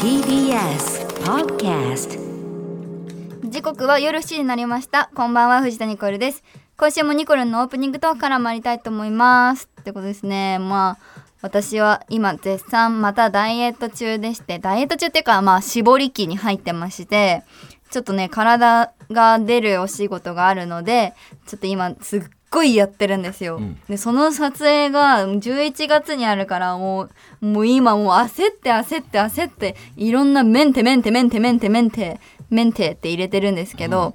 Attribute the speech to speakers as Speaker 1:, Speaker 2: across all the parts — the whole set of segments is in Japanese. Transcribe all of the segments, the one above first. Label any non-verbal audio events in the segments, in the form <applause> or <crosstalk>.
Speaker 1: TBS Podcast
Speaker 2: 時刻は夜7時になりましたこんばんは藤田ニコルです今週もニコルンのオープニングトークから参りたいと思いますってことですねまあ私は今絶賛またダイエット中でしてダイエット中っていうかまあ絞り期に入ってましてちょっとね体が出るお仕事があるのでちょっと今すっごいやってるんですよ、でその撮影が11月にあるからもうもう今もう焦って焦って焦っていろんなメンテメンテメンテメンテメンテメンテって入れてるんですけど、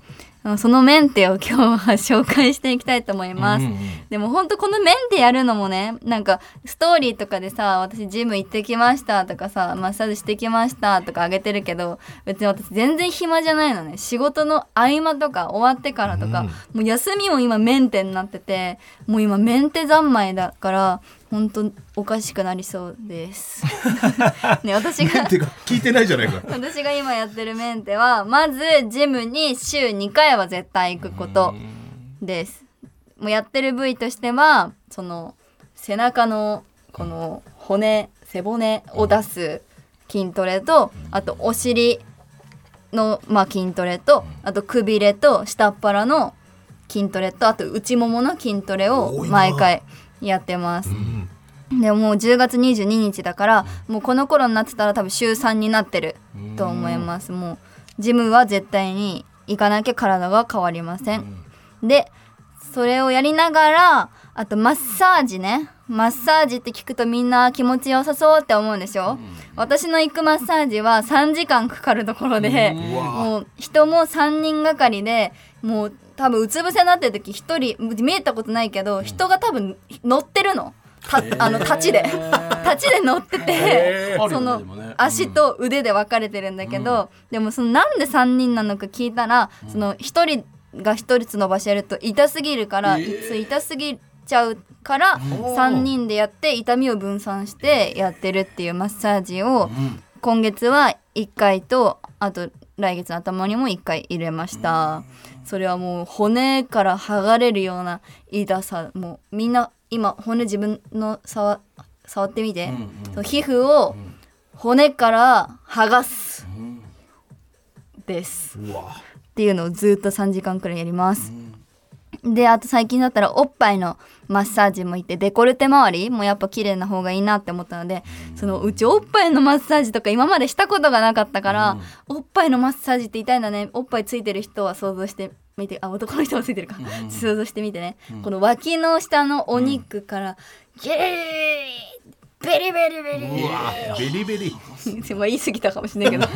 Speaker 2: そのメンテを今日は紹介していきたいと思います、
Speaker 3: うんうんうん
Speaker 2: でも本当このメンテやるのもねなんかストーリーとかでさ私ジム行ってきましたとかさマッサージしてきましたとかあげてるけど別に私全然暇じゃないのね仕事の合間とか終わってからとか、
Speaker 3: うん
Speaker 2: もう休みも今メンテになっててもう今メンテ三昧だから本当おかしくなりそう
Speaker 3: <laughs>
Speaker 2: です。ね私が
Speaker 3: てか聞いてないじゃないか。
Speaker 2: 私が今やってるメンテはまずジムに週2回は絶対行くことですもうやってる部位としてはその背中のこの骨背骨を出す筋トレとあとお尻の、まあ、筋トレとあとくびれと下っ腹の筋トレとあと内ももの筋トレを
Speaker 3: 多いな
Speaker 2: 毎回やってます
Speaker 3: うん
Speaker 2: でもう10月22日だからもうこの頃になってたら多分週3になってると思いますもうジムは絶対に行かなきゃ体が変わりませんでそれをやりながらあとマッサージねマッサージって聞くとみんな気持ちよさそうって思うんでしょ私の行くマッサージは3時間かかるところでもう人も3人がかりでもう多分うつ伏せになってる時1人見えたことないけど人が多分乗ってるの。たあの立ちで立ちで乗ってて
Speaker 4: ー
Speaker 2: そ
Speaker 4: あ
Speaker 2: の
Speaker 4: るよねでもね
Speaker 2: 足と腕で分かれてるんだけどでもそのなんで3人なのか聞いたらその1人が1人伸ばしやると痛すぎるからそう痛すぎちゃうから3人でやって痛みを分散してやってるっていうマッサージを今月は1回とあと来月の頭にも1回入れました、それはもう骨から剥がれるような痛さもうみんな今骨自分の触触ってみて、その皮膚を骨から剥がす、ですっていうのをずっと3時間くらいやります、であと最近だったらおっぱいのマッサージもいてデコルテ周りもやっぱ綺麗な方がいいなって思ったのでそのうちおっぱいのマッサージとか今までしたことがなかったから、おっぱいのマッサージって痛いんだねおっぱいついてる人は想像してみてあ男の人もついてるか、想像してみてね、この脇の下のお肉からギリーベリベリベリー
Speaker 3: うわベリベリ。
Speaker 2: <laughs> まあ言い過ぎたかもしれないけど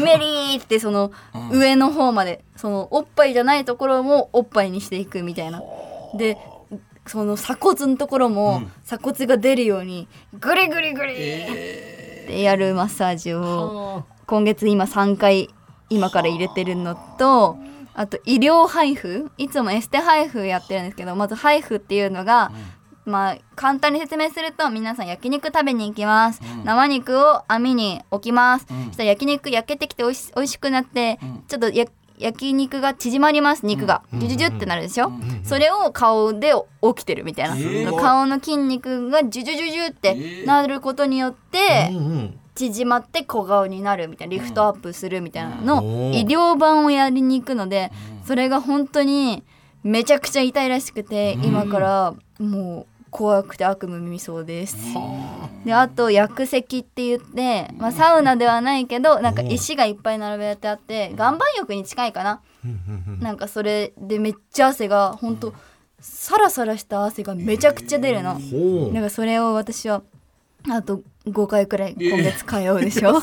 Speaker 2: メリーってその上の方までそのおっぱいじゃないところもおっぱいにしていくみたいな。でその鎖骨のところも鎖骨が出るようにグリグリグリってやるマッサージを今月今3回今から入れてるのとあと医療配布いつもエステ配布やってるんですけどまず配布っていうのが、まあ簡単に説明すると皆さん焼肉食べに行きます、生肉を網に置きます、そしたら焼肉焼けてきておいし美味しくなって、ちょっとや焼肉が縮まります肉が、ジュジュジュってなるでしょ、それを顔で起きてるみたいな、顔の筋肉がジュジュジュジュってなることによって、
Speaker 3: うん
Speaker 2: 縮まって小顔になるみたいなリフトアップするみたいなの
Speaker 3: うんおー
Speaker 2: 医療版をやりに行くのでそれが本当にめちゃくちゃ痛いらしくて今からもう怖くて悪夢見そうです。であと薬石って言って、まあ、サウナではないけどなんか石がいっぱい並べてあって岩盤浴に近いかななんかそれでめっちゃ汗が本当サラサラした汗がめちゃくちゃ出るの。
Speaker 3: うん。
Speaker 2: なんかそれを私はあと5回くらい今月通うでしょ。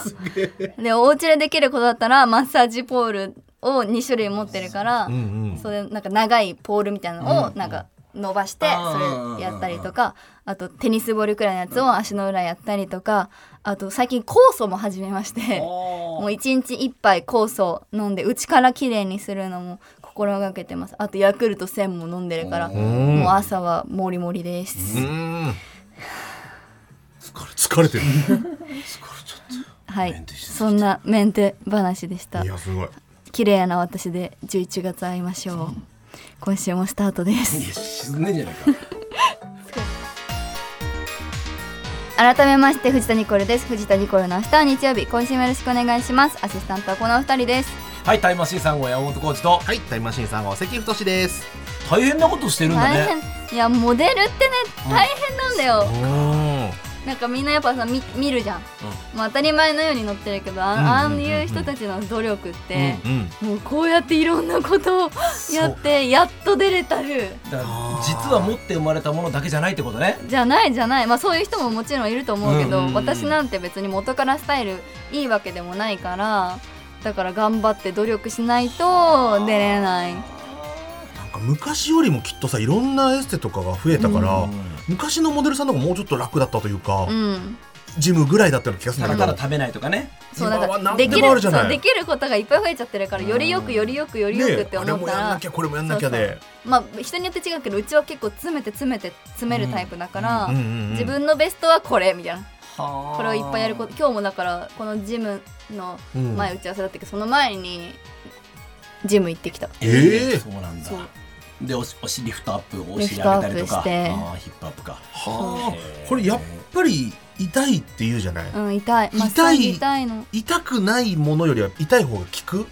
Speaker 2: でお家でできることだったらマッサージポールを2種類持ってるから、
Speaker 3: んうん
Speaker 2: それなんか長いポールみたいなのをなんか伸ばして
Speaker 4: あー
Speaker 2: それやったりとかあとテニスボールくらいのやつを足の裏やったりとかあと最近酵素も始めまして。もう一日一杯酵素飲んで内からきれいにするのも心がけてますあとヤクルト1000も飲んでるからもう朝はモリモリです、
Speaker 3: うん。疲れ疲れてる。
Speaker 2: は
Speaker 4: メ
Speaker 2: い
Speaker 4: ン、テしてきた
Speaker 2: そんなメンテ話でした
Speaker 3: い。やすごい。
Speaker 2: 綺麗な私で11月会いましょう。今週もスタートです。
Speaker 4: いや、沈んでんじゃないか。
Speaker 2: 改めまして藤田ニコルです藤田ニコルの明日は日曜日今週もよろしくお願いしますアシスタントはこのお二人です
Speaker 4: はいタイムマシーンさん号山本浩二と
Speaker 5: はい、タイムマシーン3号、関太です。
Speaker 4: 大変なことしてるんだ
Speaker 2: 大
Speaker 4: ね
Speaker 2: 変いやモデルってね大変なんだよ、
Speaker 5: うん。
Speaker 2: なんかみんなやっぱさ見見るじゃん、まあ、当たり前のように乗ってるけどあ,、あ
Speaker 5: うんうんうんうん
Speaker 2: いう人たちの努力って、
Speaker 5: うん。
Speaker 2: もうこうやっていろんなことをやってやっと出れたる
Speaker 4: だから実は持って生まれたものだけじゃないってことね
Speaker 2: じゃないじゃないまあそういう人ももちろんいると思うけど、
Speaker 4: うんうんうん
Speaker 2: 私なんて別に元からスタイルいいわけでもないからだから頑張って努力しないと出れない
Speaker 5: なんか昔よりもきっとさ、いろんなエステとかが増えたから、
Speaker 4: うん
Speaker 5: 昔のモデルさんの方がもうちょっと楽だったというか、
Speaker 2: うん
Speaker 5: ジムぐらいだったような気がする
Speaker 4: た
Speaker 5: んだ
Speaker 4: だ
Speaker 5: け
Speaker 4: た
Speaker 5: ど。
Speaker 4: だ食べないとかね
Speaker 2: そう
Speaker 5: 今
Speaker 2: だか
Speaker 5: は
Speaker 2: ら
Speaker 5: 何
Speaker 2: で
Speaker 5: で
Speaker 2: き
Speaker 5: もある
Speaker 2: る
Speaker 5: じ
Speaker 2: そ
Speaker 5: ゃ
Speaker 2: う
Speaker 5: ない
Speaker 2: できることがいっぱい増えちゃってるからよりよくよりよくよりよくって
Speaker 5: ね
Speaker 2: 思っ
Speaker 5: え
Speaker 2: たら、
Speaker 5: あれもやんなきゃ、これもやんなきゃ
Speaker 2: そう
Speaker 5: で。
Speaker 2: まあ人によって違うけどうちは結構詰めて詰めて詰めるタイプだから、
Speaker 5: うんうんうん
Speaker 2: 自分のベストはこれみたいな
Speaker 4: こ
Speaker 2: これをいっぱいやること今日もだからこのジムの
Speaker 5: うん
Speaker 2: 前打ち合わせだったけど、その前にジム行ってきた
Speaker 5: ええ
Speaker 4: そうなんだ
Speaker 2: そう
Speaker 4: でおしお尻リフトアップお尻上げたり
Speaker 2: リ
Speaker 4: とか
Speaker 2: フトアップして
Speaker 4: あーヒップアップか
Speaker 5: は
Speaker 4: へえ
Speaker 5: あ、これやっぱり痛いって言うじゃない、
Speaker 2: うん痛いマッサージ痛いの
Speaker 5: 痛くないものよりは痛い方が効く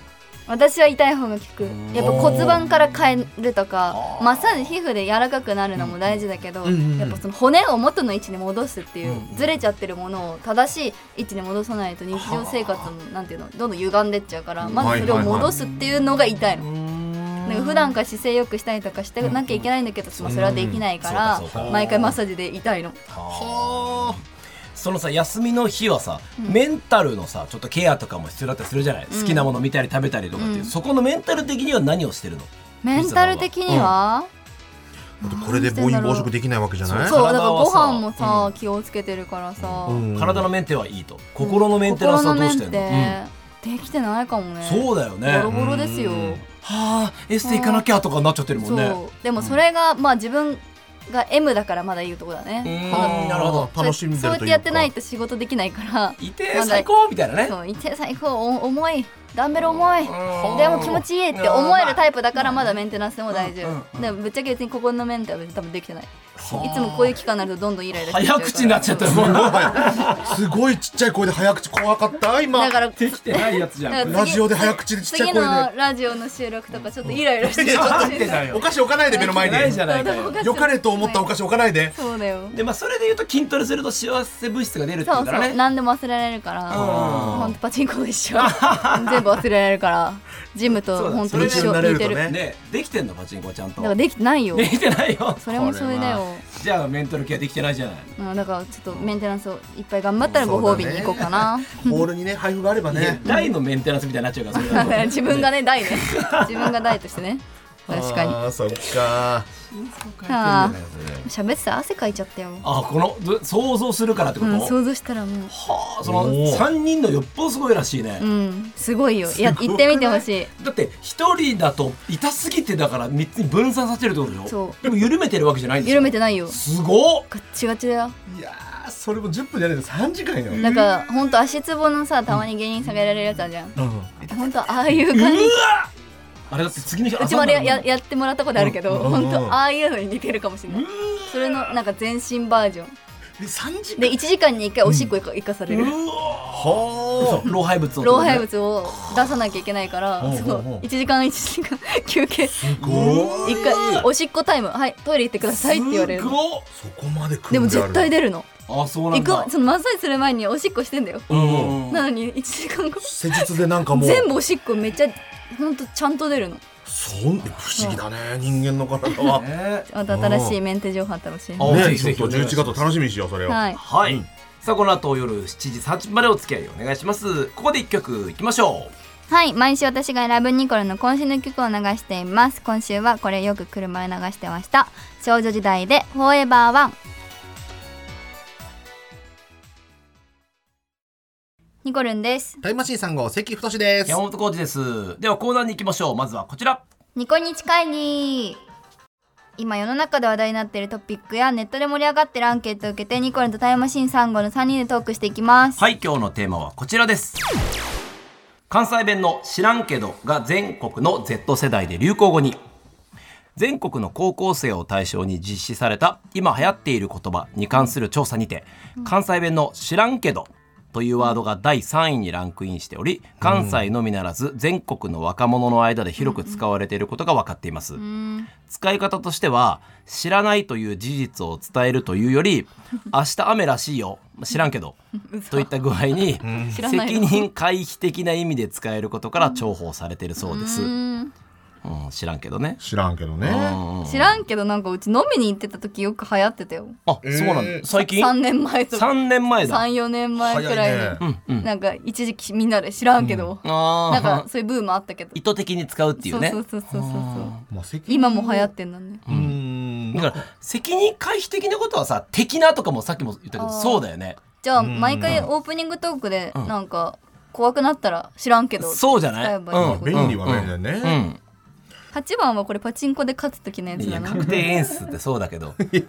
Speaker 2: 私は痛い方が効く
Speaker 4: ん
Speaker 2: やっぱ骨盤から変えるとか
Speaker 4: あー
Speaker 2: マッサージ皮膚で柔らかくなるのも大事だけど、
Speaker 5: うんうんうん
Speaker 2: やっぱその骨を元の位置に戻すっていう、
Speaker 4: うんうん
Speaker 2: ずれちゃってるものを正しい位置に戻さないと日常生活もなんていうのどんどん歪んでっちゃうからまずそれを戻すっていうのが痛いの。なんか普段から姿勢よくしたりとかしてなきゃいけないんだけど、まあそれはできないから、
Speaker 4: そうかそうか
Speaker 2: 毎回マッサージで痛いの
Speaker 4: はあそのさ休みの日はさ、メンタルのさちょっとケアとかも必要だったりするじゃない、好きなもの見たり食べたりとかっていう、
Speaker 2: うん
Speaker 4: そこのメンタル的には何をしてるの
Speaker 2: メンタル的には、
Speaker 5: だってこれで暴飲暴食できないわけじゃない
Speaker 2: そう
Speaker 4: 体は
Speaker 2: だからご
Speaker 4: さ
Speaker 2: 飯もさ、気をつけてるからさ、
Speaker 5: うん
Speaker 4: 体のメンテはいいと心のメンテナンスはどうしてるの
Speaker 2: 心のメンテできてないかもね
Speaker 4: うんそうだよね
Speaker 2: ボロボロですよ、
Speaker 5: うん
Speaker 4: はあエステ行かなきゃとかなっちゃってるも
Speaker 2: そ
Speaker 4: ん
Speaker 2: う、
Speaker 4: ね
Speaker 2: でもそれが、まあ自分が M だからまだ言うとこだね、
Speaker 4: うん
Speaker 2: その
Speaker 5: あーなるほど楽しんでるというか
Speaker 2: そうやってやってないと仕事できないから
Speaker 4: いて最高みたいなね
Speaker 2: そういて最高お重いダンベル重い
Speaker 4: ん
Speaker 2: でも気持ちいいって思えるタイプだから
Speaker 4: うん
Speaker 2: まだメンテナンスでも大丈
Speaker 4: うんう
Speaker 2: 夫でもぶっちゃけ別にここのメンテは別に多分できてないいつもこういう期間になるとどんどんイライラして
Speaker 4: 早口になっちゃったもんな
Speaker 5: <laughs> すごいちっちゃい声で早口怖かった今
Speaker 2: だ
Speaker 4: <laughs>
Speaker 2: から
Speaker 4: できてないやつじゃん
Speaker 2: だから
Speaker 5: ラジオで早口でちっちゃい
Speaker 2: 次
Speaker 5: 声で
Speaker 2: のラジオの収録とかちょっとイライラして
Speaker 4: <laughs>
Speaker 5: いやちょっと待
Speaker 4: ってたよ
Speaker 5: お菓子置かないで目の前に
Speaker 4: ないじゃないかよ
Speaker 5: 良かれと思ったお菓子置かないで
Speaker 2: そうだよ
Speaker 4: でまあそれで言うと筋トレすると幸せ物質が出るって言
Speaker 2: そうう
Speaker 4: か
Speaker 2: そ
Speaker 4: ら
Speaker 2: う
Speaker 4: ね
Speaker 2: 何でも忘れられるから
Speaker 4: ん
Speaker 2: ほんとパチンコと一緒全部忘れられるからジム
Speaker 4: そう
Speaker 2: と
Speaker 4: だ
Speaker 2: 本当
Speaker 4: それ
Speaker 2: に
Speaker 4: で
Speaker 2: 一緒
Speaker 5: 慣れ
Speaker 2: 似
Speaker 5: ると
Speaker 2: て
Speaker 5: ね
Speaker 2: るだ
Speaker 4: でできてんのパチンコちゃんと
Speaker 2: からできてないよ
Speaker 4: できてないよ
Speaker 2: それもそれだよ
Speaker 4: じゃあメンタルケアできてないじゃない
Speaker 2: うんだからちょっとメンテナンスをいっぱい頑張ったらご褒美に行こうかな
Speaker 5: ボールにね配布があればね
Speaker 4: 大のメンテナンスみたいになっちゃうからそれだと
Speaker 2: <laughs> 自分がね大ね自分が大としてね確かに
Speaker 5: あーそっか
Speaker 2: ああ喋ってたら汗かいちゃったよ、
Speaker 4: あこのず想像するからってこ
Speaker 2: う
Speaker 4: と、
Speaker 2: ん、想像したらもう
Speaker 4: はあその三人のよっぽどすごいらしいね、
Speaker 2: うんすごいよいや行ってみてほしい
Speaker 4: だって一人だと痛すぎてだから三つに分散させてるってことでしょ
Speaker 2: そう
Speaker 4: でも緩めてるわけじゃないんですよ
Speaker 2: 緩めてないよ
Speaker 4: すごっ
Speaker 2: ガッチガチだよ
Speaker 5: いやーそれも10分じゃないと3時間よ
Speaker 2: なんかほんと足つぼのさたまに芸人下げられるやつあるじゃん
Speaker 5: うん
Speaker 2: ほんとああいう感じ
Speaker 4: あれだって次の日
Speaker 2: うちもあれやややってもらったことあるけど
Speaker 5: うん
Speaker 2: ほんとああいうのに似てるかもしれないそれのなんか全身バージョン
Speaker 5: で3時
Speaker 2: で
Speaker 5: 間
Speaker 2: 1時間に1回おしっこいか行かされる
Speaker 5: は
Speaker 4: 老廃物を
Speaker 2: 老廃物を出さなきゃいけないから
Speaker 5: うん
Speaker 2: そう
Speaker 5: うんうん
Speaker 2: 1時間1時間休憩
Speaker 5: あすごい
Speaker 2: 一回おしっこタイムはいトイレ行ってくださいって言われる
Speaker 4: すごっ
Speaker 5: そこまで来る
Speaker 2: でも絶対
Speaker 5: で
Speaker 2: 出るの
Speaker 4: あそうな
Speaker 2: 行
Speaker 4: んだ
Speaker 2: くそのマッサージする前におしっこしてんだよ
Speaker 4: うん
Speaker 2: なのに1時間後
Speaker 5: 施術でなんかもう
Speaker 2: 全部おしっこめっちゃほんとちゃんと出るの
Speaker 5: そん不思議だね人間の体は
Speaker 4: ね
Speaker 2: また新しいメンテ情報あったら教えて
Speaker 4: あぜ
Speaker 5: ね
Speaker 4: ひ
Speaker 5: ち
Speaker 4: ぜ
Speaker 5: ょっ
Speaker 4: ひ
Speaker 5: と11月を楽しみにしようそれを
Speaker 2: はい
Speaker 4: はい、さあこの後夜7時30分までお付き合いお願いしますここで一曲いきましょう
Speaker 2: はい毎週私が選ぶニコルの今週の曲を流しています今週はこれよく車で流してました少女時代でフォーエバーワンニコルンです
Speaker 5: タイムマシーン3号関太です
Speaker 4: 山本浩二ですではコーナーに行きましょうまずはこちら
Speaker 2: ニコニチ会議今世の中で話題になっているトピックやネットで盛り上がってるアンケートを受けてニコルンとタイムマシーン3号の3人でトークしていきます
Speaker 4: はい今日のテーマはこちらです関西弁の「知らんけど」が全国の Z 世代で流行語に全国の高校生を対象に実施された今流行っている言葉に関する調査にて、関西弁の「知らんけど」というワードが第3位にランクインしており関西のみならず全国の若者の間で広く使われていることが分かっています、使い方としては知らないという事実を伝えるというよ
Speaker 2: <laughs>
Speaker 4: り明日雨らしいよ知らんけどといった具合に
Speaker 2: <laughs> 知らない
Speaker 4: 責
Speaker 2: の
Speaker 4: 任回避的な意味で使えることから重宝されているそうです、
Speaker 2: うん
Speaker 4: うん、知らんけどね
Speaker 5: 知らんけど
Speaker 4: う
Speaker 5: ね
Speaker 4: んうん
Speaker 2: 知らんけどなんかうち飲みに行ってた時よく流行ってたよ
Speaker 4: あ、そうなん
Speaker 3: え
Speaker 4: だ
Speaker 3: ー
Speaker 4: 最近
Speaker 2: 3年前とか
Speaker 4: 3年前だ
Speaker 2: 34年前くらいに
Speaker 5: 早いね
Speaker 4: うんうん
Speaker 2: なんか一時期みんなで知らんけど、
Speaker 4: あ
Speaker 2: なん
Speaker 4: ー
Speaker 2: かそういうブームあったけど
Speaker 4: 意図的に使うっていうね
Speaker 2: そうそうそうそうそう
Speaker 5: まあ責任
Speaker 2: 今も流行ってんのね
Speaker 5: うーん
Speaker 4: だから責任回避的なことはさ「的な」とかもさっきも言ったけど
Speaker 2: あー
Speaker 4: そうだよね
Speaker 2: じゃあ毎回オープニングトークで
Speaker 4: ん
Speaker 2: なんか怖くなったら知らんけど
Speaker 4: そうじゃない
Speaker 2: 使えばいいってこと
Speaker 4: うん
Speaker 5: 便利は便利だよね、
Speaker 4: うん
Speaker 2: 8番はこれパチンコで勝つ時のやつ
Speaker 4: い
Speaker 2: だ
Speaker 4: や
Speaker 2: な
Speaker 4: 確定演出ってそうだけど
Speaker 2: え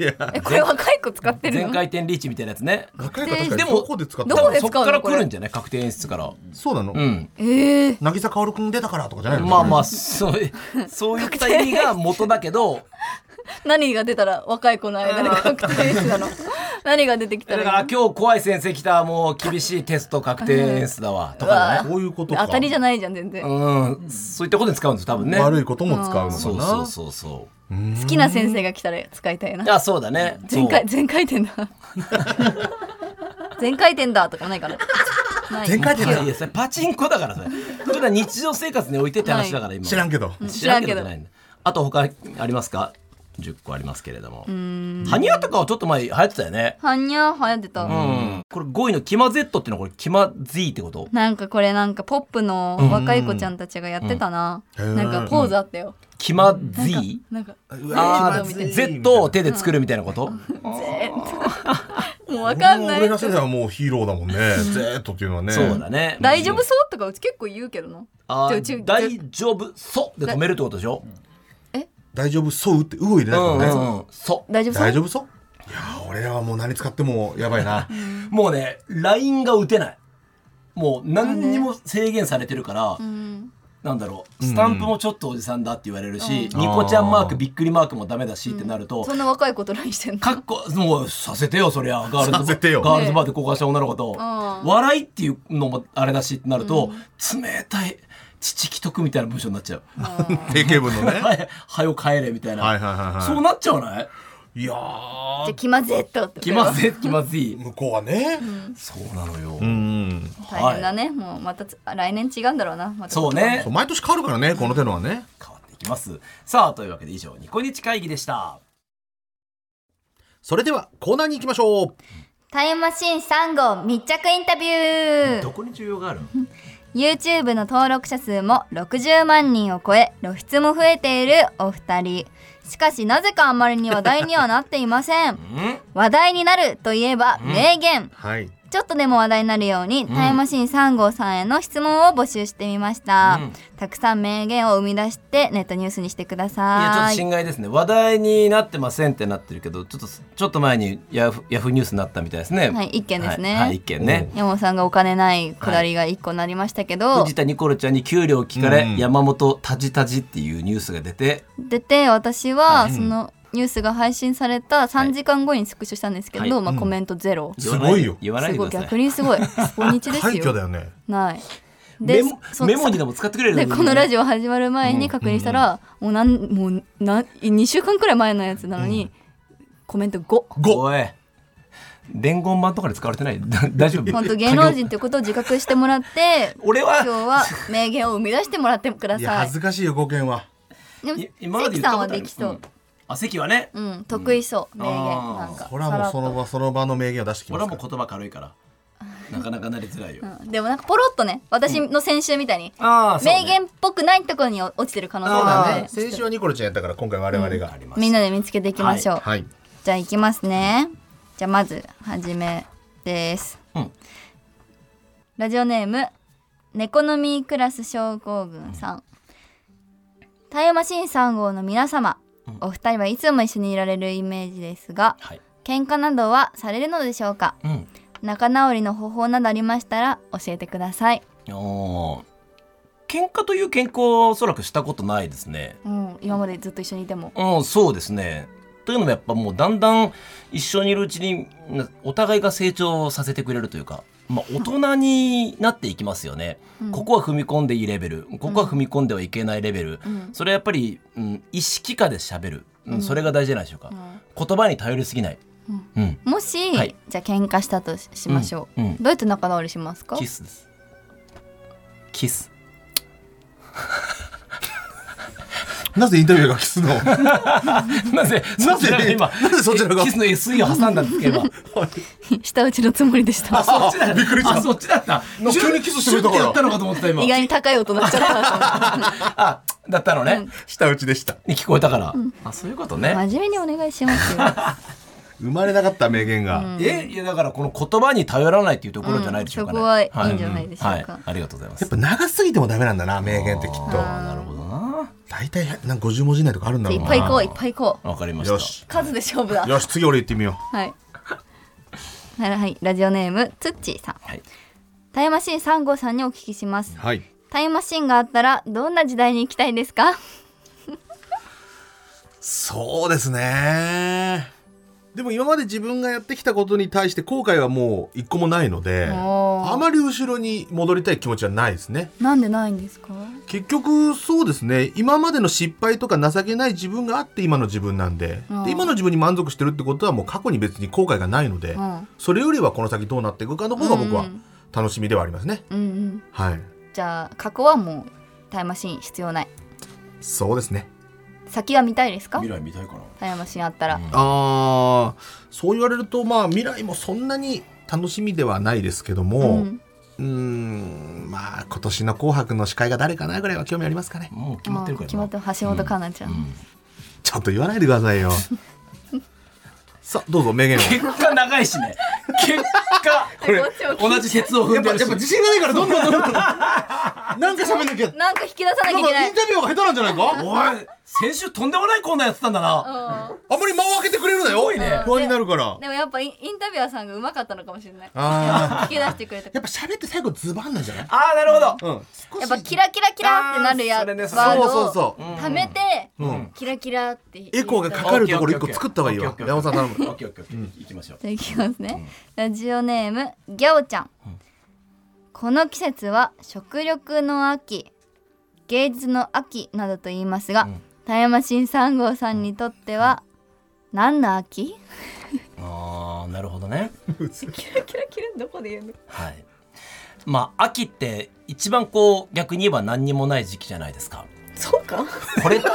Speaker 2: これ若い子使ってる
Speaker 4: 全
Speaker 2: の
Speaker 4: 回転リーチみたいなやつね
Speaker 5: 若い方確か
Speaker 4: で
Speaker 5: に
Speaker 4: も
Speaker 5: どこで使った
Speaker 2: どこ
Speaker 5: の
Speaker 2: で使
Speaker 4: そう
Speaker 2: の
Speaker 4: っから
Speaker 2: こ
Speaker 4: 来
Speaker 2: れ
Speaker 4: るんじゃない確定演出から
Speaker 5: そうなの、
Speaker 4: うん
Speaker 2: ええ
Speaker 5: 渚かおるくん出たからとかじゃないの
Speaker 4: まあまあそういそういった意味が元だけど
Speaker 2: 何が出たら若い子の間で確定演出なの何が出てきた
Speaker 4: だ
Speaker 2: らいい
Speaker 4: から
Speaker 2: の
Speaker 4: 今日怖い先生来たもう厳しいテスト確定演出だわと
Speaker 2: うわ
Speaker 4: か
Speaker 5: こういうことか
Speaker 2: 当たりじゃないじゃん全然、
Speaker 4: うんそういったことに使うんです多分ね
Speaker 5: 悪いことも使うのかな
Speaker 4: そうそうそうそ
Speaker 2: 好きな先生が来たら使いたいな
Speaker 4: うあそうだね
Speaker 2: 全回
Speaker 4: そう
Speaker 2: 全回転 <laughs> だ全回転だとかもないから
Speaker 5: 全回転
Speaker 4: いやいやそれパチンコだからそれ普段日常生活においてって話だから今
Speaker 5: 知らんけど、
Speaker 2: 知らんけど
Speaker 4: 知じゃないんだあと他ありますか10個ありますけれどもハニヤとかはちょっと前流行ってたよね
Speaker 2: はんにゃー流行ってた、
Speaker 4: うんこれ5位のキマ Z っていうのはこれキマ Z ってこと
Speaker 2: なんかこれなんかポップの若い子ちゃんたちがやってたな、
Speaker 5: うん
Speaker 2: なんかポーズあったよ、
Speaker 4: キマ Z?
Speaker 2: なんか
Speaker 4: あ
Speaker 2: キマ Z
Speaker 4: ー Z を手で作るみたいなこと
Speaker 2: もうわかんない
Speaker 5: 俺ら世代はもうヒーローだ
Speaker 4: <laughs>
Speaker 5: もんね Z っていうのはね
Speaker 4: そうだね
Speaker 2: 大丈夫そうとかうち結構言うけどな
Speaker 4: あ
Speaker 2: じゃあう
Speaker 4: ー
Speaker 2: ち
Speaker 4: 大丈夫そうで止めるってことでしょ
Speaker 5: 大丈夫そうって「う」を入れ
Speaker 4: う
Speaker 5: ない
Speaker 4: ん
Speaker 5: と
Speaker 4: う
Speaker 5: ね、
Speaker 4: んうんそ
Speaker 2: 大丈夫そう
Speaker 5: 大丈夫そういやー俺らはもう何使ってもやばいな
Speaker 4: うもうねラインが打てないもう何にも制限されてるから
Speaker 2: うん
Speaker 4: なんだろうスタンプもちょっとおじさんだって言われるし、
Speaker 5: ん
Speaker 4: ニコちゃんマークびっくりマークもダメだしってなると、
Speaker 2: そんな若い子と LINE してんの
Speaker 4: かっこもうさせてよそりゃガール
Speaker 5: さ
Speaker 4: ズ
Speaker 5: せてよ
Speaker 4: ガールズバーで交換した女の子と、
Speaker 2: ん
Speaker 4: 笑いっていうのもあれだしってなると、冷たい父既得みたいな文章になっちゃう <laughs>
Speaker 5: 定型文のね
Speaker 4: はいはよ帰れみたいな、
Speaker 5: はいはいはいはい
Speaker 4: そうなっちゃわない
Speaker 5: いや
Speaker 2: じゃあ
Speaker 5: ー
Speaker 2: 気まぜっとって
Speaker 4: 気まずい気まずい
Speaker 5: 向こうはね
Speaker 4: そうなのよ、
Speaker 5: うん
Speaker 2: 大変だね、もうまたつ来年違うんだろうなまた
Speaker 4: そうね
Speaker 5: そう毎年変わるからねこの手のはね
Speaker 4: 変わっていきますさあというわけで以上ニコニチ会議でした
Speaker 5: それではコーナーに行きましょう
Speaker 2: タイムマシーン3号密着インタビュー
Speaker 4: どこに重要があるの
Speaker 2: YouTube の登録者数も60万人を超え露出も増えているお二人しかしなぜかあんまりに話題にはなっていません話題になるといえば名言、
Speaker 5: はい
Speaker 2: ちょっとでも話題になるように、タイムマシーン3号さんへの質問を募集してみました、
Speaker 4: うん
Speaker 2: たくさん名言を生み出してネットニュースにしてくだ
Speaker 4: いやちょっ
Speaker 2: さ
Speaker 4: と
Speaker 2: い
Speaker 4: 心外ですね話題になってませんってなってるけどちょっとちょっと前にヤフヤフーニュースになったみたいですね
Speaker 2: はい一件ですね
Speaker 4: はい、はい一件ね
Speaker 2: 山本さんがお金ないくだりが1個なりましたけど、
Speaker 4: 藤田ニコルちゃんに給料を聞かれ、
Speaker 5: うん
Speaker 4: 山本タジタジっていうニュースが出て
Speaker 2: 出て私はそのニュースが配信された3時間後にスクショしたんですけど、
Speaker 4: はい
Speaker 2: まあ、コメントゼロ、
Speaker 5: すごいよ
Speaker 4: 言わない
Speaker 2: す
Speaker 4: で
Speaker 2: ごい
Speaker 4: くださ
Speaker 2: 逆
Speaker 4: い
Speaker 2: にすごいス日です
Speaker 5: <laughs> 廃
Speaker 2: よ
Speaker 5: 墟だよね
Speaker 2: ない
Speaker 4: メモ
Speaker 2: そ
Speaker 4: メモにでも使ってくれる
Speaker 2: でこのラ
Speaker 4: ジ
Speaker 2: ジオ始まる前に確認したら、もうなんもうなん2週間くらい前のやつなのに、コメント5
Speaker 4: おい伝言版とかで使われてない <laughs> 大丈夫
Speaker 2: 本当芸能人ってことを自覚してもらって
Speaker 4: <laughs> 俺
Speaker 2: 今日
Speaker 4: は
Speaker 2: は名言を生み出してもらってくだ
Speaker 5: いや
Speaker 2: さい
Speaker 5: 恥ずかしいよ語源はい
Speaker 2: で
Speaker 4: 今
Speaker 2: も
Speaker 4: ま
Speaker 2: 関
Speaker 4: で言っ
Speaker 2: さ
Speaker 4: た
Speaker 2: ん
Speaker 4: こ
Speaker 2: は
Speaker 4: とある
Speaker 2: できそう、
Speaker 4: あ関はね、
Speaker 2: うん、得意そう、名言
Speaker 4: あー
Speaker 2: なんか
Speaker 5: これはもうその場その場の名言を出してきま
Speaker 4: 俺
Speaker 5: す
Speaker 4: は
Speaker 5: か
Speaker 4: も
Speaker 5: ら
Speaker 4: う言葉軽いからなかなかなりづらいよ、
Speaker 2: うんでもなんかポロッとね私の先週みたいに、
Speaker 4: ああそうね
Speaker 2: 名言っぽくないところに落ちてる可能性があるので、
Speaker 5: 先週はニコルちゃんやったから今回我々が、
Speaker 2: みんなで見つけていきましょう、
Speaker 5: はい
Speaker 2: じゃあ行きますねじゃあまず始めです、
Speaker 4: うん
Speaker 2: ラジオネームネコノミークラス症候群さんタイムマシーン3号の皆様、お二人はいつも一緒にいられるイメージですが
Speaker 4: はい、
Speaker 2: 喧嘩などはされるのでしょうか
Speaker 4: うん
Speaker 2: 仲直りの方法などありましたら教えてください
Speaker 4: おー喧嘩という喧嘩はおそらくしたことないですね。
Speaker 2: うん、今までずっと一緒にいても。
Speaker 4: うん、そうですね。というのもやっぱもうだんだん一緒にいるうちになお互いが成長させてくれるというか、まあ、大人になっていきますよね、
Speaker 2: うん
Speaker 4: ここは踏み込んでいいレベルここは踏み込んではいけないレベル、
Speaker 2: うん
Speaker 4: それはやっぱり、うん、意識下で喋る、うん
Speaker 2: うん
Speaker 4: それが大事じゃないでしょうか、
Speaker 2: うん
Speaker 4: 言葉に頼りすぎない、
Speaker 2: うん
Speaker 4: うん、
Speaker 2: もし、
Speaker 4: はい
Speaker 2: じゃあ喧嘩したとししましょう、
Speaker 4: うんうん
Speaker 2: どうやって仲直りしますか <laughs>
Speaker 4: キスですキス <laughs>
Speaker 5: なぜインタビューがキスの <laughs>
Speaker 4: なぜそちらが今
Speaker 5: なぜそちらが
Speaker 4: キスの SE を挟んだんですけど今
Speaker 2: 下打ちのつもりでした
Speaker 4: そっちだびっくり <laughs> したあそっちだった
Speaker 5: なんか急にキスしてくれたから
Speaker 4: シュッてやったのかと思った今
Speaker 2: 意外に高い音鳴っちゃったなと思って
Speaker 4: あだったのね、
Speaker 5: 下打ちでした
Speaker 4: に聞こえたから、あそういうこと <laughs> ね、
Speaker 2: 真面目にお願いしますよ。
Speaker 3: 生まれなかった名言が、
Speaker 4: えいやだからこの言葉に頼らないっていうところじゃないでしょうかね、
Speaker 2: うんそこはいいんじゃないでしょうか
Speaker 4: はいはいありがとうございます
Speaker 5: やっぱ長すぎてもダメなんだな名言ってきっと
Speaker 4: あなるほどな
Speaker 5: 大体なんか50文字以内とかあるんだろ
Speaker 2: いうっ
Speaker 5: な
Speaker 2: ぱい行こう、いっぱい行こう。
Speaker 4: わかりました
Speaker 3: よし
Speaker 2: 数で勝負だ。
Speaker 3: よし次俺行ってみよう
Speaker 2: はい。ならはい、ラジオネームつっちーさん。
Speaker 4: はい、
Speaker 2: タイムマシーン三号さんにお聞きします。
Speaker 3: はい
Speaker 2: タイムマシーンがあったらどんな時代に行きたいですか？
Speaker 5: そうですねでも今まで自分がやってきたことに対して後悔はもう一個もないので
Speaker 2: おー
Speaker 5: あまり後ろに戻りたい気持ちはないですね
Speaker 2: なんでないんですか？
Speaker 5: 結局そうですね今までの失敗とか情けない自分があって今の自分なんで
Speaker 2: うん
Speaker 5: で今の自分に満足してるってことはもう過去に別に後悔がないので、
Speaker 2: うん
Speaker 5: それよりはこの先どうなっていくかの方が僕は
Speaker 2: うん
Speaker 5: 楽しみではありますね、
Speaker 2: うんうん。
Speaker 5: はい
Speaker 2: じゃあ過去はもうタイムマシーン必要ない。
Speaker 5: そうですね
Speaker 2: 先が見たいですか？
Speaker 4: 来見たいかな
Speaker 2: タイムマシーンあったら。
Speaker 5: あーそう言われるとまあ未来もそんなに楽しみではないですけども
Speaker 2: うん
Speaker 5: うーんまあ今年の「紅白」の司会が誰かなぐらいは興味ありますかね
Speaker 4: もう決まってる
Speaker 2: あー
Speaker 4: から
Speaker 2: 決まってる橋本環奈ちゃん。
Speaker 5: ちょっと言わないでくださ <laughs> いよさあどうぞ <laughs> 名言を
Speaker 4: 結果長いしね結果これ同じ鉄を踏んでるし
Speaker 5: 信がないからどんどんどんどんなんか喋んなきゃ
Speaker 2: なんか引き出さなきゃいけない。
Speaker 5: タビューが下手なんじゃないか
Speaker 4: おい先週とんでもないコーナーやってたんだな、
Speaker 5: あんまり間を開けてくれるなよ
Speaker 4: ね
Speaker 5: 不安になるから
Speaker 2: でもやっぱインインタビュアーさんがうまかったのかもしれない。
Speaker 5: あ
Speaker 2: 引き出してくれた。
Speaker 5: やっぱ喋って最後ズバンなんじゃない
Speaker 4: ああなるほど、
Speaker 5: うん少
Speaker 2: やっぱキラキラキラってなるや
Speaker 4: あーそれね
Speaker 2: ワ
Speaker 4: そ
Speaker 5: れ
Speaker 2: ー
Speaker 5: そう
Speaker 2: ド
Speaker 5: そ
Speaker 2: を
Speaker 5: うそ
Speaker 2: 溜めて
Speaker 5: うん
Speaker 2: キラキラって言いたい。
Speaker 5: エコーがか
Speaker 4: オ
Speaker 5: か
Speaker 4: ッ
Speaker 5: ると
Speaker 4: ケーオ
Speaker 5: こ
Speaker 4: ッケ
Speaker 5: ろ一
Speaker 4: ーオッケー
Speaker 5: 個作った方がいいわ
Speaker 4: オッケーオッケ
Speaker 5: 山本
Speaker 4: ー
Speaker 5: さん頼む
Speaker 4: オッケーオッケーオッケー行きましょう
Speaker 2: じゃあいきますね。ラジオネームギャオちゃん。この季節は食欲の秋、芸術の秋などと言いますが、タイムマシーン3号さんにとっては何の秋？
Speaker 4: ああなるほどね
Speaker 2: キラキラキラどこで言うの？
Speaker 4: はい。まあ秋って一番こう逆に言えば何にもない時期じゃないですか。
Speaker 2: そうか？
Speaker 4: これいや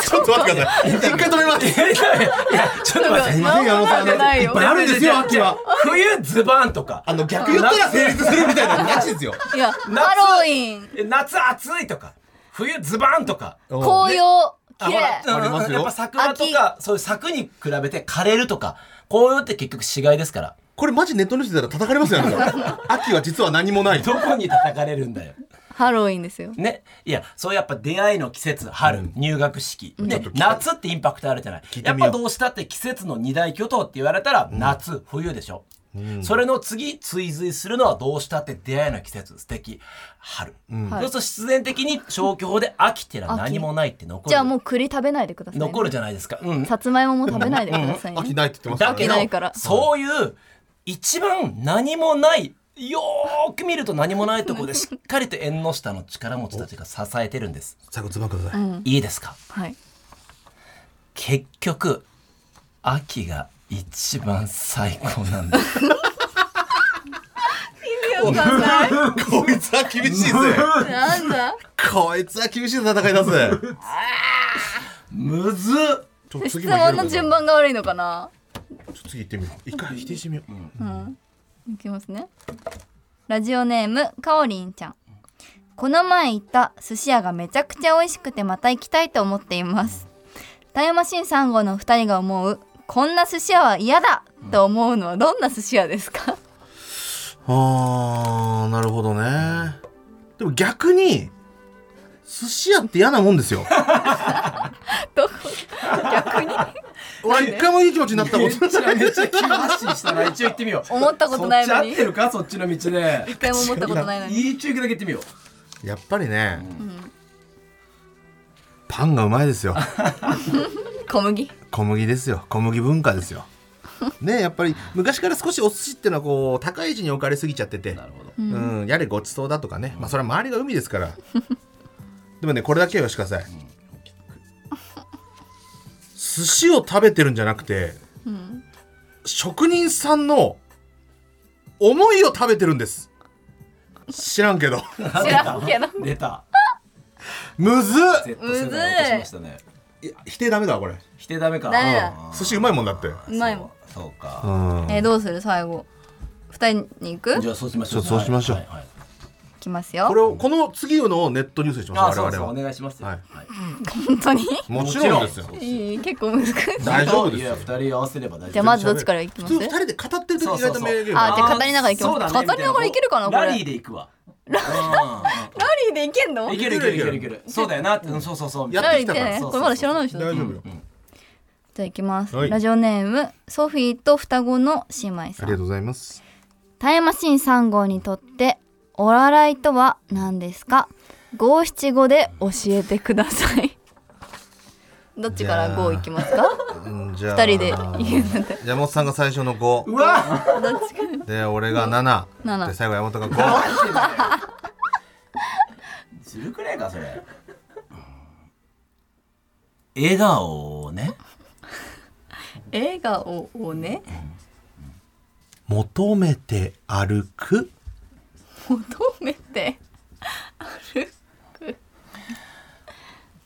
Speaker 5: ちょっと待ってください一回止めます
Speaker 4: いやいやちょっと待って。
Speaker 5: ません山本さ
Speaker 2: な
Speaker 5: ん
Speaker 2: んもない
Speaker 5: い
Speaker 2: よ
Speaker 5: っぱいあるんですよ秋は
Speaker 4: 冬ズバーンとか。
Speaker 5: あの逆言ったら成立するみたいな話ですよ
Speaker 2: いや、ハロウィン、
Speaker 4: え夏暑いとか。冬ズバーンとか。
Speaker 2: 紅葉、綺
Speaker 4: ほ
Speaker 2: 麗
Speaker 4: ら。
Speaker 5: ありますよ
Speaker 4: やっぱ桜とかそういう柵に比べて枯れるとか紅葉って結局死骸ですから
Speaker 5: これマジネットニュースで叩かれますよね秋は実は何もない
Speaker 4: どこに叩かれるんだよ。
Speaker 2: ハロウィンですよ。
Speaker 4: ね、いやそうやっぱ出会いの季節春、入学式、で夏ってインパクトあるじゃない
Speaker 5: いて
Speaker 4: やっ
Speaker 5: みよう
Speaker 4: ぱどうしたって季節の二大巨頭って言われたら夏、冬でしょ、それの次追随するのはどうしたって出会いの季節素敵春、そうすると必然的に消去法で秋っていうのは何もないって残る
Speaker 2: じゃあもう栗食べないでくださいね、
Speaker 4: 残るじゃないですか、うん、
Speaker 2: さつまいもも食べないでくださいね。
Speaker 5: 秋ないって言ってます
Speaker 4: だ
Speaker 5: から
Speaker 4: け
Speaker 5: ね
Speaker 4: ど
Speaker 2: ないから
Speaker 4: そういう一番何もないよーく見ると何もないところでしっかりと縁の下の力持ちたちが支えてるんです
Speaker 5: 最後ズバンください、
Speaker 4: いいですか
Speaker 2: はい。
Speaker 4: 結局秋が一番最高なんだ
Speaker 5: こいつは厳しいぜ
Speaker 2: なんだ。
Speaker 5: こいつは厳しい戦い出す
Speaker 4: むずっ
Speaker 5: ちょっと
Speaker 2: 質
Speaker 5: 次も行
Speaker 2: 問
Speaker 5: ける
Speaker 2: の
Speaker 5: か
Speaker 2: 順
Speaker 5: な
Speaker 2: 番が悪いのかな。
Speaker 5: ちょっと次行ってみよう一回否定してみよ
Speaker 2: <laughs>
Speaker 5: う、
Speaker 2: いきますね。ラジオネームかおりんちゃん。この前行った寿司屋がめちゃくちゃ美味しくてまた行きたいと思っています。タイムマシーン3号の二人が思うこんな寿司屋は嫌だと思うのはどんな寿司屋ですか。 <laughs>
Speaker 5: あーなるほどねでも逆に寿司屋って嫌なもんですよ
Speaker 2: どこ <laughs> 逆に
Speaker 5: 俺一回もいい気持ちになったこと
Speaker 4: ちゃめちゃ気発信したな一応言ってみよう
Speaker 2: 思ったことないのに
Speaker 4: そっち合ってるかそっちの道で <laughs>
Speaker 2: 一回も思ったことないのに。
Speaker 4: いい中継だけ言ってみよう
Speaker 5: やっぱりね、パンがうまいですよ
Speaker 2: 小麦
Speaker 5: 小麦ですよ小麦文化です
Speaker 4: <laughs>
Speaker 5: よねやっぱり昔から少しお寿司ってのはこう高い位置に置かれすぎちゃってて
Speaker 4: なるほど
Speaker 5: うん、やれごちそうだとかね、まあそれは周りが海ですから
Speaker 4: <laughs>
Speaker 5: でもねこれだけはよしてください寿司を食べてるんじゃなくて、職人さんの思いを食べてるんです知らん
Speaker 4: <laughs>
Speaker 5: けど
Speaker 2: 知らんけど
Speaker 4: 出た
Speaker 5: むずっ
Speaker 4: Z 世代落としましたね
Speaker 5: いや否定ダメだわこれ
Speaker 4: 否定ダメか
Speaker 2: ダメだ
Speaker 4: うん
Speaker 5: 寿司うまいもんだって
Speaker 2: うまいもん
Speaker 4: そう
Speaker 5: う
Speaker 4: か
Speaker 5: ん
Speaker 2: えーどうする最後二人に行く
Speaker 4: じゃあそうしましょう
Speaker 5: そうそうしましょう
Speaker 4: はいはい
Speaker 2: 行きます
Speaker 5: こ
Speaker 2: よ
Speaker 5: れをこの次のをネットニュースにしましょ
Speaker 4: あ
Speaker 5: う
Speaker 4: そう
Speaker 5: 我
Speaker 4: そうお
Speaker 5: 々は
Speaker 4: 願いしますよ
Speaker 5: はい
Speaker 4: はい
Speaker 2: 本当に
Speaker 5: もちろんですよ
Speaker 4: もちろ
Speaker 2: いい結構難しい
Speaker 5: 大丈夫です
Speaker 4: い
Speaker 5: よ
Speaker 4: や二人合わせれば大丈夫
Speaker 2: じゃあまずどっちから行き
Speaker 5: 普
Speaker 2: ま
Speaker 5: 通
Speaker 2: す
Speaker 5: 二人で語ってる時意外と名言
Speaker 2: あじゃあ
Speaker 5: が
Speaker 2: 語りながら行きます
Speaker 4: そうだね
Speaker 2: 語りながらいけるかな
Speaker 4: みたい
Speaker 2: これ
Speaker 4: ラリーで行くわうん
Speaker 2: ラリーで行けんの
Speaker 4: うんいけるいけるいけるいけるそうだよなってうんそうそうそう
Speaker 5: や
Speaker 2: ラリー
Speaker 5: ってきたから
Speaker 2: ね
Speaker 4: そうそうそう
Speaker 2: これまだ知らないでしょ
Speaker 5: 大丈夫よ
Speaker 2: じゃあ行きます、
Speaker 5: はい
Speaker 2: ラジオネームソフィーと双子の姉妹
Speaker 5: あ
Speaker 2: さ
Speaker 5: りがとうんございます
Speaker 2: タイムマシーン3号にとっておららいとは何ですか五七五で教えてくださいどっちから5行きますか
Speaker 5: <laughs> うんじゃあ
Speaker 2: 二人で言うので
Speaker 5: 山本さんが最初の5
Speaker 4: うわ
Speaker 2: どっちか
Speaker 5: で俺が7
Speaker 2: 七
Speaker 5: で最後山本が5
Speaker 4: ずるくねえかそれ笑顔をね
Speaker 2: 映画ををね
Speaker 5: 求めて歩く
Speaker 2: 求めて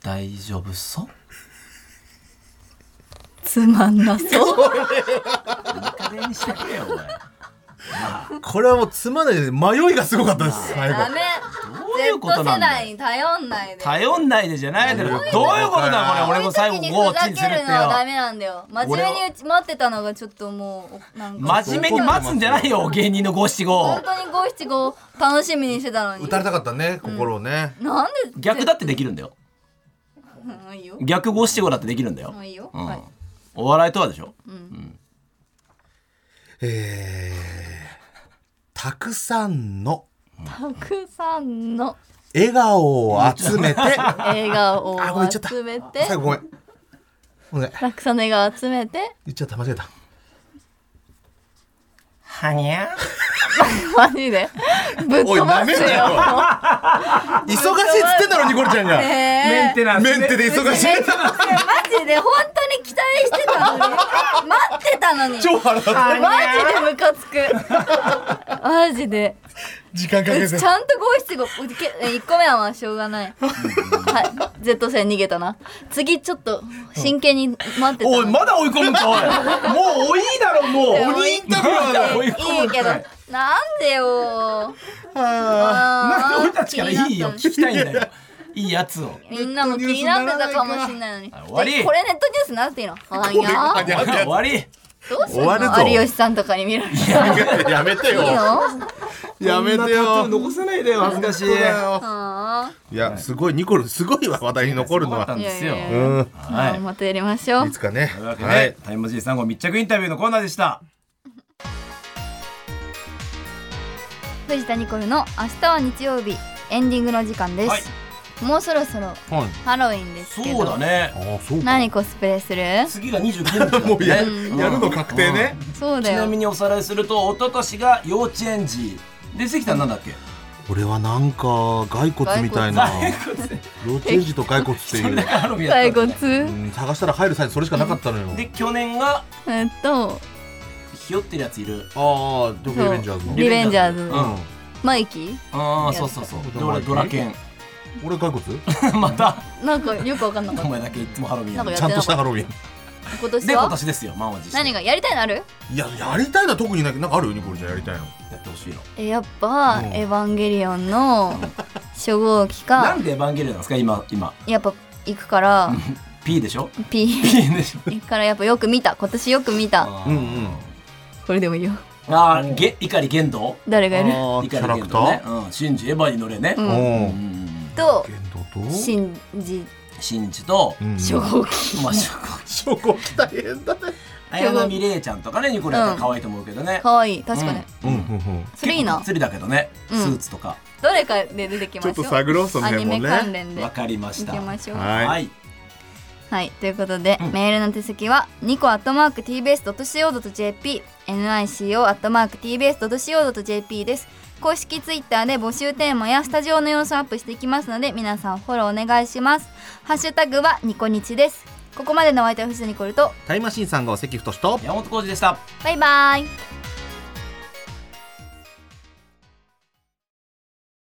Speaker 4: 大丈夫そう
Speaker 2: つまんなそう
Speaker 4: 加減にしてくれよお前
Speaker 5: これはもうつまんないで迷いがすごかったです最
Speaker 2: ダ
Speaker 5: 後
Speaker 2: メ
Speaker 4: どういうことなん
Speaker 2: Z
Speaker 4: だ
Speaker 2: 世代に頼んないで
Speaker 4: 頼んないでじゃないだろどういうことだこれ俺も最後
Speaker 2: に
Speaker 4: ゴ
Speaker 2: ふ
Speaker 4: ーチ
Speaker 2: ざ
Speaker 4: ンする
Speaker 2: け
Speaker 4: って
Speaker 2: るのはダ
Speaker 4: よ
Speaker 2: メなんだよ真面目に待ってたのがちょっともうなんか
Speaker 4: 真面目に待つんじゃないよ芸人の五七五
Speaker 2: 本当に五七五楽しみにしてたのに
Speaker 5: 打たれたかったね心をね
Speaker 2: なんで
Speaker 4: 逆だってできるんだよ
Speaker 2: うんいいよ
Speaker 4: 逆五七五だってできるんだよ
Speaker 2: もういいよ、
Speaker 4: うん
Speaker 2: はい
Speaker 4: お笑いとはでしょ
Speaker 5: えーたくさんの
Speaker 2: たくさんの
Speaker 5: 笑顔を集めてあ
Speaker 2: 映画を
Speaker 5: ごめん言っちゃった
Speaker 2: 集めて
Speaker 5: 最後ごめんごめん
Speaker 2: たくさんの映画を集めて
Speaker 5: 言っちゃった間違えた
Speaker 4: はにゃ
Speaker 2: マジでぶっ飛ばす
Speaker 5: おい舐めんなよ
Speaker 2: よ
Speaker 5: 忙しいっつってんだろニコルちゃんがメ
Speaker 2: ねえ
Speaker 4: ンテナンス
Speaker 5: ンテで忙しい
Speaker 2: いやマジで本当に期待してたのに待ってたのに
Speaker 5: 超腹立つ
Speaker 2: マジでムカつく
Speaker 5: <laughs>
Speaker 2: マジで
Speaker 5: 時間かけ
Speaker 2: う
Speaker 5: て
Speaker 2: ちちゃんと五七五うけえ一個目はまあしょうがないはい Z 線逃げたな次ちょっと真剣に待ってたの
Speaker 4: おいまだ追い込むかおいもうおいいだろもう
Speaker 2: でも
Speaker 4: インタビューだ追い込
Speaker 2: い
Speaker 4: む
Speaker 2: いけど
Speaker 4: か
Speaker 2: なんでよ
Speaker 4: なんで
Speaker 2: なん
Speaker 4: 俺たちからいいよ聞きたいんだよいいやつを
Speaker 2: みんなも気になってたかもしれないのに
Speaker 4: あ終わり
Speaker 2: でこれネットニュースなんていうのはや
Speaker 5: や
Speaker 4: 終わり
Speaker 2: どうする
Speaker 5: 終わるぞ
Speaker 2: の有吉さんとかに見られるい
Speaker 5: やめてよ
Speaker 2: いの
Speaker 5: やめて
Speaker 4: こんなタトゥー
Speaker 5: よ
Speaker 4: 残さないでよ恥ずかしい
Speaker 2: あ
Speaker 5: いやすごいニコルすごいわ話題に残るの
Speaker 4: そうだった
Speaker 5: は
Speaker 4: んですよ
Speaker 2: いやいやいや
Speaker 5: うん
Speaker 2: あ
Speaker 4: はい
Speaker 2: またやりましょう
Speaker 5: いつかね
Speaker 4: というわけで、
Speaker 5: はい
Speaker 4: タイムマシーン3号密着インタビューのコーナーでした
Speaker 2: 藤田ニコルの明日は日曜日エンディングの時間です、
Speaker 4: はい
Speaker 2: もうそろそろ
Speaker 5: はい
Speaker 2: ハロウィンですけど
Speaker 4: そうだね
Speaker 5: あそうか
Speaker 2: 何コスプレする
Speaker 4: 次が29日
Speaker 5: もうやや
Speaker 4: だね
Speaker 5: るの確定ね
Speaker 2: そうだ
Speaker 4: ちな
Speaker 2: よ
Speaker 4: みにおさらいすると一昨年が幼稚園児で関田なんだっ <laughs> け
Speaker 5: 俺はなんか骸骨みたいな幼稚園児と骸骨って
Speaker 4: そ
Speaker 5: い
Speaker 4: れ
Speaker 5: う
Speaker 4: だけハロウ <laughs> ィンや
Speaker 2: 最
Speaker 4: った
Speaker 2: 後
Speaker 4: んだね
Speaker 2: つ
Speaker 5: うん探したら入る際にそれしかなかったのよ
Speaker 4: で去年が
Speaker 2: えっと
Speaker 4: ひよってるやついる
Speaker 5: ああドクリベンジャーズの
Speaker 2: リベンジャーズ
Speaker 4: う
Speaker 5: うん
Speaker 2: マイキ
Speaker 4: ああそうそうそうで俺ドラケン
Speaker 5: ん俺骸骨
Speaker 4: また
Speaker 2: ーなんかよくわかんなか
Speaker 4: お
Speaker 2: っ
Speaker 4: 前だけいつもハロウィンや
Speaker 2: なんか
Speaker 4: る
Speaker 2: や
Speaker 5: ちゃんとしたハロウィン
Speaker 4: <laughs>
Speaker 2: た今年
Speaker 4: で今
Speaker 2: は
Speaker 4: 年ですよ満を持して
Speaker 2: 何がやりたいのある
Speaker 5: いややりたいのは特にないけどなんかあるよニコルちゃんやりたいの
Speaker 4: やってほしいの
Speaker 2: えやっぱ
Speaker 5: うん
Speaker 2: 「エヴァンゲリオン」の初号機
Speaker 4: な
Speaker 2: か
Speaker 4: んでエヴァンゲリオンなんですか今今
Speaker 2: やっぱ行くから
Speaker 4: P でしょ
Speaker 2: P
Speaker 4: <laughs> P でしょ
Speaker 2: 行くからやっぱよく見た今年よく見た
Speaker 4: あ
Speaker 5: うんう
Speaker 4: ー
Speaker 5: ん
Speaker 2: これでもいいよ
Speaker 4: あーげ碇玄斗
Speaker 2: 誰がやる
Speaker 5: あーキャラクタ
Speaker 4: ね
Speaker 5: ー
Speaker 4: うんシンジエヴァに乗れね
Speaker 2: う
Speaker 5: うんん
Speaker 2: と
Speaker 5: 剣道と
Speaker 2: シンジ
Speaker 4: シンジと
Speaker 5: うん
Speaker 2: 初号機
Speaker 4: まあショコ
Speaker 5: 初号機大変だね
Speaker 4: 綾波レイちゃんとかねニコレイちゃん可愛いと思うけどね、
Speaker 2: 可愛い確かに、
Speaker 3: うんうんうん
Speaker 2: それいいな
Speaker 4: 釣りだけどね、
Speaker 2: うん
Speaker 4: スーツとか
Speaker 2: どれかで出てきましょう
Speaker 3: ちょっと探ろうその
Speaker 2: アニ
Speaker 3: 辺もね
Speaker 2: メ関連で
Speaker 4: わかりまし
Speaker 2: い
Speaker 4: た
Speaker 2: きましょうは
Speaker 3: はい
Speaker 4: い
Speaker 2: い、ということで、
Speaker 4: うん
Speaker 2: メールの手先はニコアットマーク TBS.CO.JP NICO アットマーク TBS.CO.JP です公式ツイッターで募集テーマやスタジオの様子をアップしていきますので皆さんフォローお願いしますハッシュタグはニコニチですここまでのお相手は藤田ニコルと
Speaker 6: タイムマシーンさんが関太と
Speaker 4: 山本浩二でした
Speaker 2: バイバイ